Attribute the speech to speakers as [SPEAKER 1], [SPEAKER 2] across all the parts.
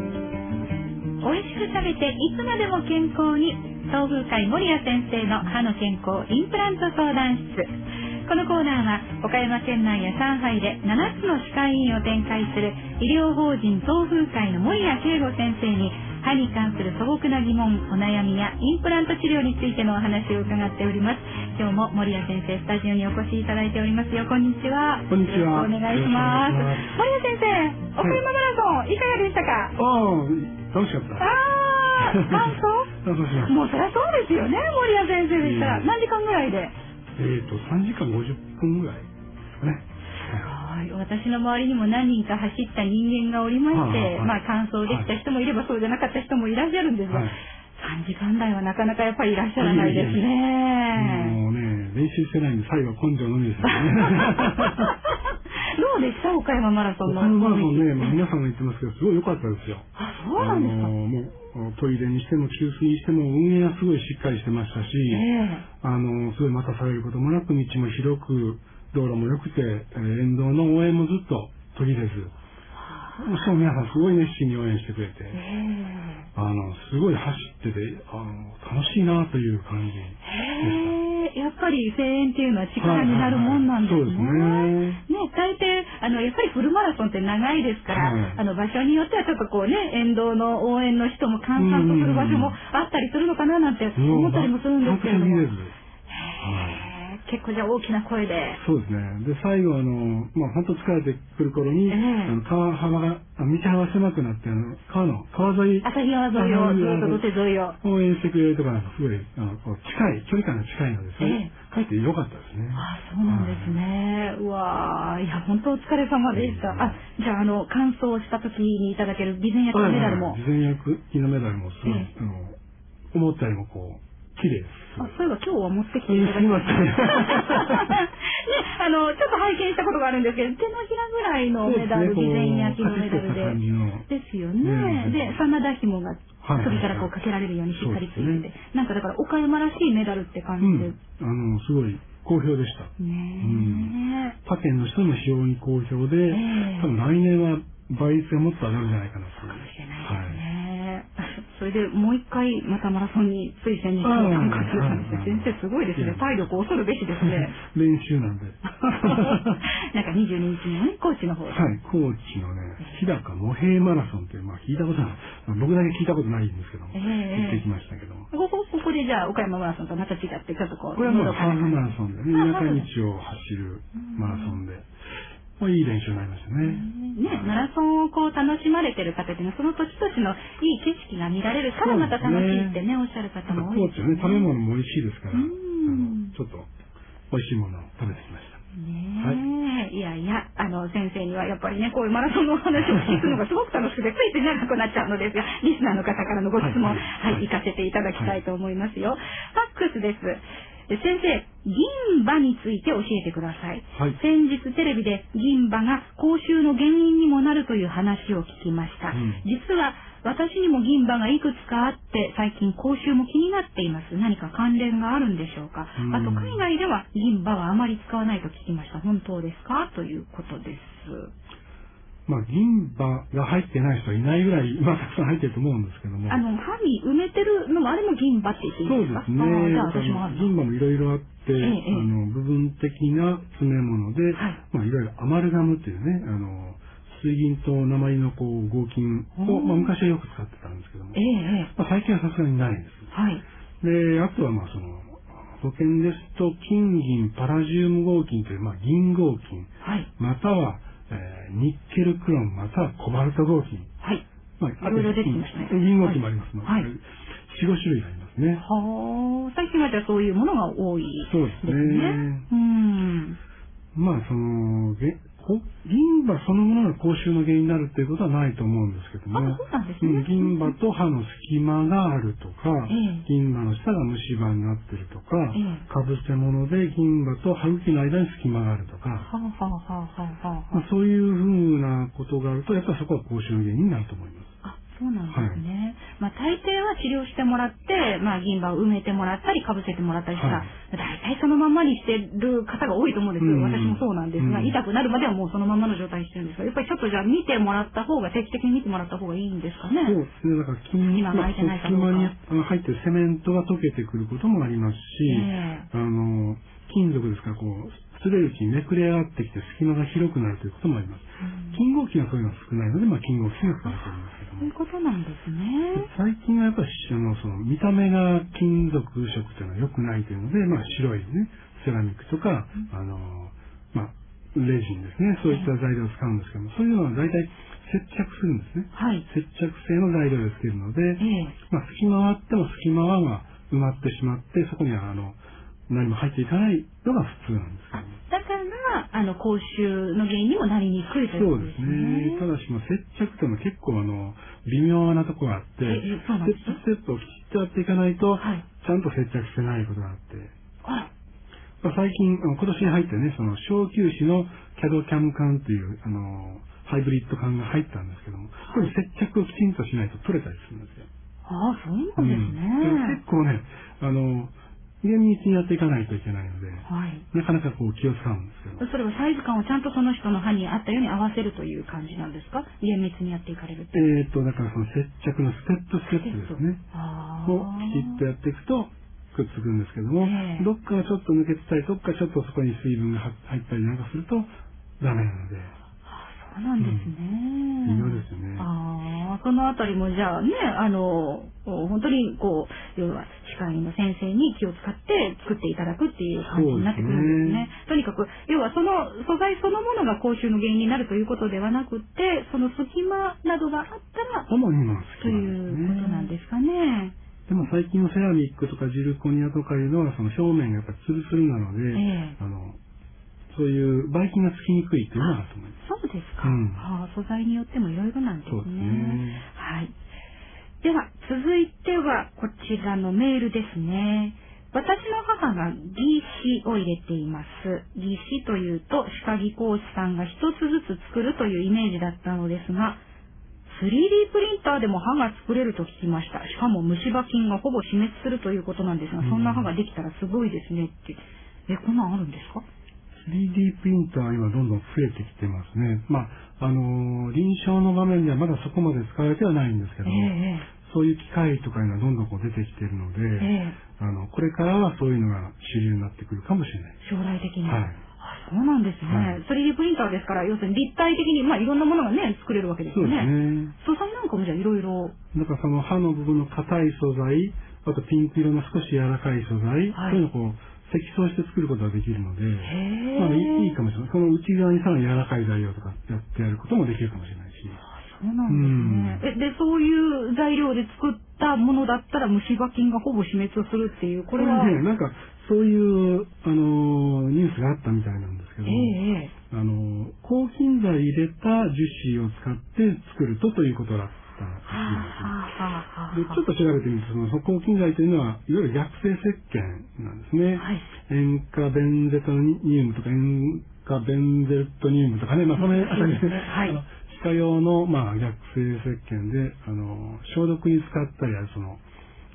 [SPEAKER 1] 美味しく食べていつまでも健康に東風会守屋先生の歯の健康インプラント相談室このコーナーは岡山県内や上海で7つの歯科医院を展開する医療法人東風会の守屋圭吾先生に歯に関する素朴な疑問お悩みやインプラント治療についてのお話を伺っております今日も守屋先生スタジオにお越しいただいておりますよこんにちは
[SPEAKER 2] こんにちは
[SPEAKER 1] よろしくお願いします
[SPEAKER 2] よろしくお願いし
[SPEAKER 1] 守屋先生岡山マラソンいかがでしたか、
[SPEAKER 2] ああ、楽しかった。
[SPEAKER 1] あー、感想
[SPEAKER 2] 楽しかった。
[SPEAKER 1] もうそりゃそうですよね、森谷先生でしたら。
[SPEAKER 2] うん
[SPEAKER 1] 何時間ぐらいで
[SPEAKER 2] えっ、と、3時間50分ぐらいですかね。
[SPEAKER 1] はい私の周りにも何人か走った人間がおりまして、
[SPEAKER 2] はいはいはい
[SPEAKER 1] まあ完走できた人もいれば、そうじゃなかった人もいらっしゃるんですが、
[SPEAKER 2] はい
[SPEAKER 1] 3時間台はなかなかやっぱりいらっしゃらないですね。
[SPEAKER 2] もうね、練習してないんで、最後は根性のみですよね。
[SPEAKER 1] どうでした岡山マラソンの。
[SPEAKER 2] 岡山マラソンね、まあ、皆さんが言ってますけど、すごい良かったですよ。
[SPEAKER 1] あ、そうなんです
[SPEAKER 2] あ
[SPEAKER 1] か。
[SPEAKER 2] のもう、トイレにしても、給水にしても、運営はすごいしっかりしてましたし、
[SPEAKER 1] え
[SPEAKER 2] あの、すごい待たされることもなく、道も広く、道路も良くて、えー沿道の応援もずっと途切れず、しかも皆さんすごい熱心に応援してくれて、
[SPEAKER 1] えええ
[SPEAKER 2] あの、すごい走ってて、あの、楽しいなという感じ。
[SPEAKER 1] へえ、やっぱり声援っていうのは力になるもんなんですね。
[SPEAKER 2] はいはいはい
[SPEAKER 1] ね大抵、あの、やっぱりフルマラソンって長いですから、
[SPEAKER 2] はい
[SPEAKER 1] あの、場所によってはちょっとこうね、沿道の応援の人も閑散とする場所もあったりするのかななんて思ったりもするんですけれども。
[SPEAKER 2] 全
[SPEAKER 1] へ
[SPEAKER 2] く途切れず
[SPEAKER 1] え結構じゃあ大きな声で。
[SPEAKER 2] そうですね。で、最後、あの、まあ、本当疲れてくる頃に、
[SPEAKER 1] ええ
[SPEAKER 2] あの川幅が、あ道幅が狭くなって、あの、川の、川沿い、
[SPEAKER 1] 朝日川沿いを、ずっと土手沿いを。
[SPEAKER 2] 応援してくれるとか、なんかすごい、あの、こう近い、距離感が近いので、それ、帰ってよかったですね。
[SPEAKER 1] あそうなんですね。うわあ、いや、本当お疲れ様でした。あ、じゃあ、あの、完走した時にいただける備前焼きのメダルも。
[SPEAKER 2] 事前役のメダルもすごい、
[SPEAKER 1] ええ
[SPEAKER 2] あの、思ったよりもこう、綺麗です。
[SPEAKER 1] あそういえば今日は持ってきていただきました。
[SPEAKER 2] すい
[SPEAKER 1] ね
[SPEAKER 2] ませ
[SPEAKER 1] あ
[SPEAKER 2] ん、
[SPEAKER 1] の、ちょっと拝見したことがあるんですけど、手のひらぐらいのメダル、備前焼きのメダルで。ですよね。
[SPEAKER 2] うん
[SPEAKER 1] で、真田紐が
[SPEAKER 2] はい
[SPEAKER 1] 首からこうかけられるようにしっかりついてて、
[SPEAKER 2] そうです
[SPEAKER 1] なんかだから岡山らしいメダルって感
[SPEAKER 2] う
[SPEAKER 1] じで
[SPEAKER 2] ん。あの、すごい好評でした。
[SPEAKER 1] すね。
[SPEAKER 2] 他県の人も非常に好評で、
[SPEAKER 1] ええ
[SPEAKER 2] 多分来年は倍率がもっと上がるんじゃないかな
[SPEAKER 1] か
[SPEAKER 2] と。
[SPEAKER 1] もしれないですね。それでもう一回またマラソンに推薦に参加するなんて先生すごいですね。体力恐るべしです
[SPEAKER 2] はい
[SPEAKER 1] ね。
[SPEAKER 2] 練習なん で。は
[SPEAKER 1] なんか22日のね、高知の方で。
[SPEAKER 2] い、高知のね、日高模平マラソンっていう、まあ聞いたことない、まあ僕だけ聞いたことないんですけども、
[SPEAKER 1] ええ
[SPEAKER 2] 行ってきましたけども。
[SPEAKER 1] ここ、ここでじゃあ、岡山マラソンとまた違って、ちょっとこう、
[SPEAKER 2] これはまあハーフ
[SPEAKER 1] のどか
[SPEAKER 2] マ
[SPEAKER 1] な
[SPEAKER 2] ラソンでね、夜中道を走るマラソンで、まあいい練習になりましたね。
[SPEAKER 1] ね、マラソンをこう楽しまれてる方っていうのは、その時々のいい景色が見られるからまた楽しいってね、おっしゃる方も多
[SPEAKER 2] 高
[SPEAKER 1] いで
[SPEAKER 2] 知
[SPEAKER 1] す
[SPEAKER 2] はね、食べ物も美味しいですから、あ
[SPEAKER 1] うん
[SPEAKER 2] のちょっと美味しいものを食べてきました。
[SPEAKER 1] ねえ、いやいや、あの、先生にはやっぱりね、こういうマラソンのお話を聞くのがすごく楽しくて、ついつい長くなっちゃうの ですが、リスナーの方からのご質問、
[SPEAKER 2] はい
[SPEAKER 1] は、
[SPEAKER 2] はいい
[SPEAKER 1] 行かせていただきたいと思いますよ。ファックスです。え先生、銀歯について教えてください。
[SPEAKER 2] はい
[SPEAKER 1] 先日テレビで銀歯が口臭の原因にもなるという話を聞きました。
[SPEAKER 2] うん
[SPEAKER 1] 実は私にも銀歯がいくつかあって、最近口臭も気になっています。何か関連があるんでしょうか
[SPEAKER 2] うん
[SPEAKER 1] あと海外では銀歯はあまり使わないと聞きました。本当ですかということです。
[SPEAKER 2] まあ、銀歯が入ってない人はいないぐらい、 まあ、たくさん入ってると思うんですけども。
[SPEAKER 1] あの、歯に埋めてるのもあれも銀歯って言っていい
[SPEAKER 2] そうん
[SPEAKER 1] で
[SPEAKER 2] です
[SPEAKER 1] か
[SPEAKER 2] すね。
[SPEAKER 1] あーじゃあ
[SPEAKER 2] あの
[SPEAKER 1] 私もある
[SPEAKER 2] 銀歯もいろいろあって、
[SPEAKER 1] ええ
[SPEAKER 2] あの、部分的な詰め物で、
[SPEAKER 1] はい
[SPEAKER 2] まあ、いわゆるアマルガムっていうね、あの、水銀と鉛のこう合金
[SPEAKER 1] お
[SPEAKER 2] を、
[SPEAKER 1] ー
[SPEAKER 2] まあ、昔はよく使ってたんですけども、
[SPEAKER 1] ええええ
[SPEAKER 2] まあ、最近はさすがにないで
[SPEAKER 1] はい。
[SPEAKER 2] す。で、あとはまあ、その、保険ですと、金銀、パラジウム合金という、まあ、銀合金、
[SPEAKER 1] はい。
[SPEAKER 2] または、えーニッケルクロン、またはコバルト合金。
[SPEAKER 1] はい。
[SPEAKER 2] まあ、
[SPEAKER 1] いろいろ出てきましたね
[SPEAKER 2] 銀合金もありますので、
[SPEAKER 1] はい
[SPEAKER 2] 四五種類ありますね。
[SPEAKER 1] はあ、最近はじゃあそういうものが多いです
[SPEAKER 2] そう
[SPEAKER 1] ね。
[SPEAKER 2] ですね
[SPEAKER 1] うん。
[SPEAKER 2] まあ、その、げこ銀歯そのものが口臭の原因になるということはないと思うんですけども、
[SPEAKER 1] あそうなんですね
[SPEAKER 2] うん銀歯と歯の隙間があるとか、
[SPEAKER 1] ええ
[SPEAKER 2] 銀歯の下が虫歯になってるとか、
[SPEAKER 1] ええ
[SPEAKER 2] かぶせ物で銀歯と歯茎の間に隙間があるとか、
[SPEAKER 1] はあはあはあはあはあ。
[SPEAKER 2] まあ、そういうふうなことがあると、やっぱりそこは口臭の原因になると思います。
[SPEAKER 1] あ、そうなんですね。まあ、大抵は治療してもらって、まあ、銀歯を埋めてもらったり、かぶせてもらったりしたら、
[SPEAKER 2] はい
[SPEAKER 1] 大体そのまんまにしてる方が多いと思うんですよ。
[SPEAKER 2] うん
[SPEAKER 1] 私もそうなんですが、
[SPEAKER 2] うん
[SPEAKER 1] 痛くなるまではもうそのまんまの状態にしてるんですが、やっぱりちょっとじゃあ見てもらった方が、定期的に見てもらった方がいいんですかね。
[SPEAKER 2] そうですね。だから筋
[SPEAKER 1] 今
[SPEAKER 2] まあ
[SPEAKER 1] 巻いてないか
[SPEAKER 2] 隙
[SPEAKER 1] どうか
[SPEAKER 2] 間にあの入ってるセメントが溶けてくることもありますし、
[SPEAKER 1] え
[SPEAKER 2] あの、金属ですから、こう、擦れるうちにめくれ上がってきて隙間が広くなるということもあります。金合金はそういうのは少ないので、まあ、金合金が少ないと思いますけど
[SPEAKER 1] そうい
[SPEAKER 2] も
[SPEAKER 1] う。ことなんですね。
[SPEAKER 2] 最近はやっぱりあのその見た目が金属色というのは良くないというので、まあ、白いねセラミックとか、あのまあ、レジンですねそういった材料を使うんですけどもそういうのは大体接着するんですね
[SPEAKER 1] はい。
[SPEAKER 2] 接着性の材料をつけるので、
[SPEAKER 1] ええ
[SPEAKER 2] まあ、隙間はあっても隙間は、まあ、埋まってしまってそこにはあの何も入っていかないのが普通なんですけ
[SPEAKER 1] あ
[SPEAKER 2] ども。
[SPEAKER 1] だから、あの、口臭の原因にもなりにくいというこ
[SPEAKER 2] そう
[SPEAKER 1] と
[SPEAKER 2] で
[SPEAKER 1] ですす
[SPEAKER 2] ね
[SPEAKER 1] ね。。
[SPEAKER 2] ただし、まあ、接着というのは結構あの、微妙なとこがあって、
[SPEAKER 1] ええそうなんです
[SPEAKER 2] 接
[SPEAKER 1] か
[SPEAKER 2] 着セットをきちっとやっていかないと、
[SPEAKER 1] はい
[SPEAKER 2] ちゃんと接着してないことがあって、
[SPEAKER 1] あ
[SPEAKER 2] まあ、最近、あの今年に入ってね、その小休止のキャドキャム缶という、あの、ハイブリッド缶が入ったんですけども、これ接着をきちんとしないと取れたりするんですよ。
[SPEAKER 1] あ、そうなんですね。
[SPEAKER 2] うん結構ね、あの、厳密にやっていかないといけないので、
[SPEAKER 1] はい。
[SPEAKER 2] なかなかこう気を使うんです
[SPEAKER 1] そ
[SPEAKER 2] けど。
[SPEAKER 1] れはサイズ感をちゃんとその人の歯に合ったように合わせるという感じなんですか厳密にやっていかれるって。
[SPEAKER 2] えーと、だからその接着のステップステップですね。
[SPEAKER 1] ああ。
[SPEAKER 2] をきちっとやっていくとくっつくんですけども、
[SPEAKER 1] ええ
[SPEAKER 2] どっかがちょっと抜けてたりどっかちょっとそこに水分が入ったりなんかするとダメなので
[SPEAKER 1] そうなんですね。
[SPEAKER 2] 微妙ですよね
[SPEAKER 1] ああ、そのあたりもじゃあね、あの、本当にこう、要は歯科医の先生に気を使って作っていただくっていう感じになってくるんですね。とにかく、要はその素材そのものが口臭の原因になるということではなくて、その隙間などがあったら、
[SPEAKER 2] 主に今の
[SPEAKER 1] と
[SPEAKER 2] 隙
[SPEAKER 1] いうこ
[SPEAKER 2] 間
[SPEAKER 1] となん
[SPEAKER 2] ですね
[SPEAKER 1] ですかね。
[SPEAKER 2] でも最近のセラミックとかジルコニアとかいうのはその表面がやっぱりツルツルなので、
[SPEAKER 1] ええ
[SPEAKER 2] あのそういうばい菌がつきにくいというのがあると思います
[SPEAKER 1] そうですか。
[SPEAKER 2] うん
[SPEAKER 1] ああ素材によってもいろいろなんですね。
[SPEAKER 2] そうですね
[SPEAKER 1] はい。では、続いてはこちらのメールですね。私の母が義歯を入れています。義歯というと、歯科技工士さんが一つずつ作るというイメージだったのですが、3D プリンターでも歯が作れると聞きました。しかも虫歯菌がほぼ死滅するということなんですが、
[SPEAKER 2] うん
[SPEAKER 1] そんな歯ができたらすごいですねって。え、こんなんあるんですか
[SPEAKER 2] 3D プリンターは今どんどん増えてきてますねまああの臨床の場面ではまだそこまで使われてはないんですけ
[SPEAKER 1] え
[SPEAKER 2] ども、
[SPEAKER 1] え
[SPEAKER 2] そういう機械とかいうのはどんどんこう出てきているので、
[SPEAKER 1] ええ
[SPEAKER 2] あのこれからはそういうのが主流になってくるかもしれない。
[SPEAKER 1] 将来的に。
[SPEAKER 2] はい
[SPEAKER 1] あそうなんですね、
[SPEAKER 2] はい
[SPEAKER 1] 3D プリンターですから、要するに立体的に、まあ、いろんなものがね、作れるわけです
[SPEAKER 2] そ
[SPEAKER 1] よ
[SPEAKER 2] うで
[SPEAKER 1] ね。
[SPEAKER 2] す
[SPEAKER 1] 素
[SPEAKER 2] ね。
[SPEAKER 1] 材なんかもじゃあいろいろ。
[SPEAKER 2] だからその歯の部分の硬い素材、あとピンク色の少し柔らかい素材、
[SPEAKER 1] はい
[SPEAKER 2] そういうのをこう積層して作ることができるので、
[SPEAKER 1] へ
[SPEAKER 2] まあいいいいかもしれない。その内側にさらに柔らかい材料とかやってやることもできるかもしれないし。
[SPEAKER 1] そうなんですね。え、で、そういう材料で作ったものだったら虫歯菌がほぼ死滅するっていう、これは。
[SPEAKER 2] ね、なんかそういう、あのーニュースがあったみたいなんです
[SPEAKER 1] え
[SPEAKER 2] け
[SPEAKER 1] え
[SPEAKER 2] ども、
[SPEAKER 1] ええ
[SPEAKER 2] あの、抗菌剤入れた樹脂を使って作るとということだったら
[SPEAKER 1] はあ
[SPEAKER 2] し
[SPEAKER 1] はあはあはい
[SPEAKER 2] です。で、ちょっと調べてみると、その抗菌剤というのは、いわゆる薬性石鹸なんですね。
[SPEAKER 1] はい
[SPEAKER 2] 塩化ベンゼトニウムとか、塩化ベンゼトニウムとかね、まあ、その辺あたり
[SPEAKER 1] そうですねはい
[SPEAKER 2] あの歯科用の、まあ、薬性石鹸で、あの、消毒に使ったり、あとその、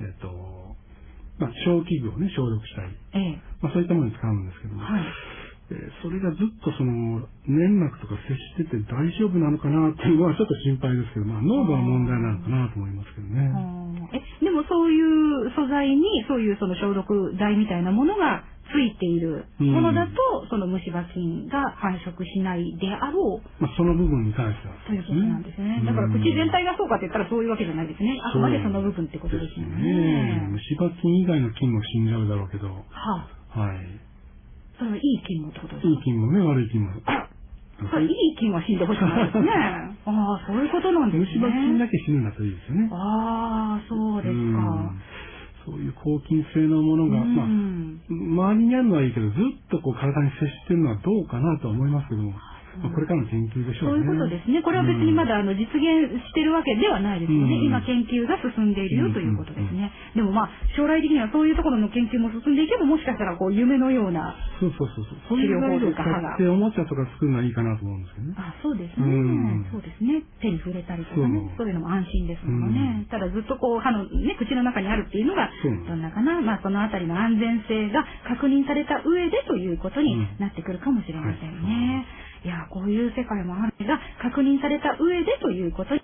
[SPEAKER 2] えっ、と、まあ、消器具をね、消毒したり、
[SPEAKER 1] ええ
[SPEAKER 2] まあ、そういったものに使うんですけども、
[SPEAKER 1] はい。
[SPEAKER 2] えーそれがずっとその粘膜とか接してて大丈夫なのかなっていうのはちょっと心配ですけど、まあ、濃度は問題なのかなと思いますけど
[SPEAKER 1] あ
[SPEAKER 2] ね。
[SPEAKER 1] ーえ、でもそういう素材に、そういうその消毒剤みたいなものがついているものだと、その虫歯菌が繁殖しないであろう
[SPEAKER 2] まあ、その部分に関しては
[SPEAKER 1] ということなんですね。だから口全体がそうかって言ったらそういうわけじゃないですね。あくまでその部分ってことですよね。
[SPEAKER 2] ね。虫歯菌以外の菌も死んじゃうだろうけど、は。
[SPEAKER 1] はいそれはいい菌もってことです
[SPEAKER 2] い
[SPEAKER 1] か
[SPEAKER 2] い菌もね、悪い菌も。
[SPEAKER 1] あそれいい菌は死んでほしくないですね。ああ、そういうことなんですね。
[SPEAKER 2] 虫歯菌だけ死ぬんだといいですよね。
[SPEAKER 1] ああ、そうです
[SPEAKER 2] うん
[SPEAKER 1] か。
[SPEAKER 2] そういう抗菌性のものが、まあ、
[SPEAKER 1] うん
[SPEAKER 2] 周りにあるのはいいけど、ずっとこう体に接してるのはどうかなとは思いますけども、まあ、これからの研究でし
[SPEAKER 1] そう
[SPEAKER 2] ょう
[SPEAKER 1] いう
[SPEAKER 2] ね。
[SPEAKER 1] ことですね。これは別にまだあの実現してるわけではないですよね。
[SPEAKER 2] うん
[SPEAKER 1] 今研究が進んでいるよということですね。でもまあ将来的にはそういうところの研究も進んでいけばもしかしたらこう夢のような。
[SPEAKER 2] そうそうそうそう。そういう材料を使っておもちゃとか作るのはいいかなと思うんですけどね。
[SPEAKER 1] あ、そうですね
[SPEAKER 2] うん。
[SPEAKER 1] そうですね。手に触れたりとかね。そ
[SPEAKER 2] そう
[SPEAKER 1] ういうのも安心ですもんね。ただずっとこう歯のね、口の中にあるっていうのが
[SPEAKER 2] そうなんで
[SPEAKER 1] ど
[SPEAKER 2] す
[SPEAKER 1] んなかな。まあそのあたりの安全性が確認された上でということになってくるかもしれませんね。いや、こういう世界もあるが確認された上でということに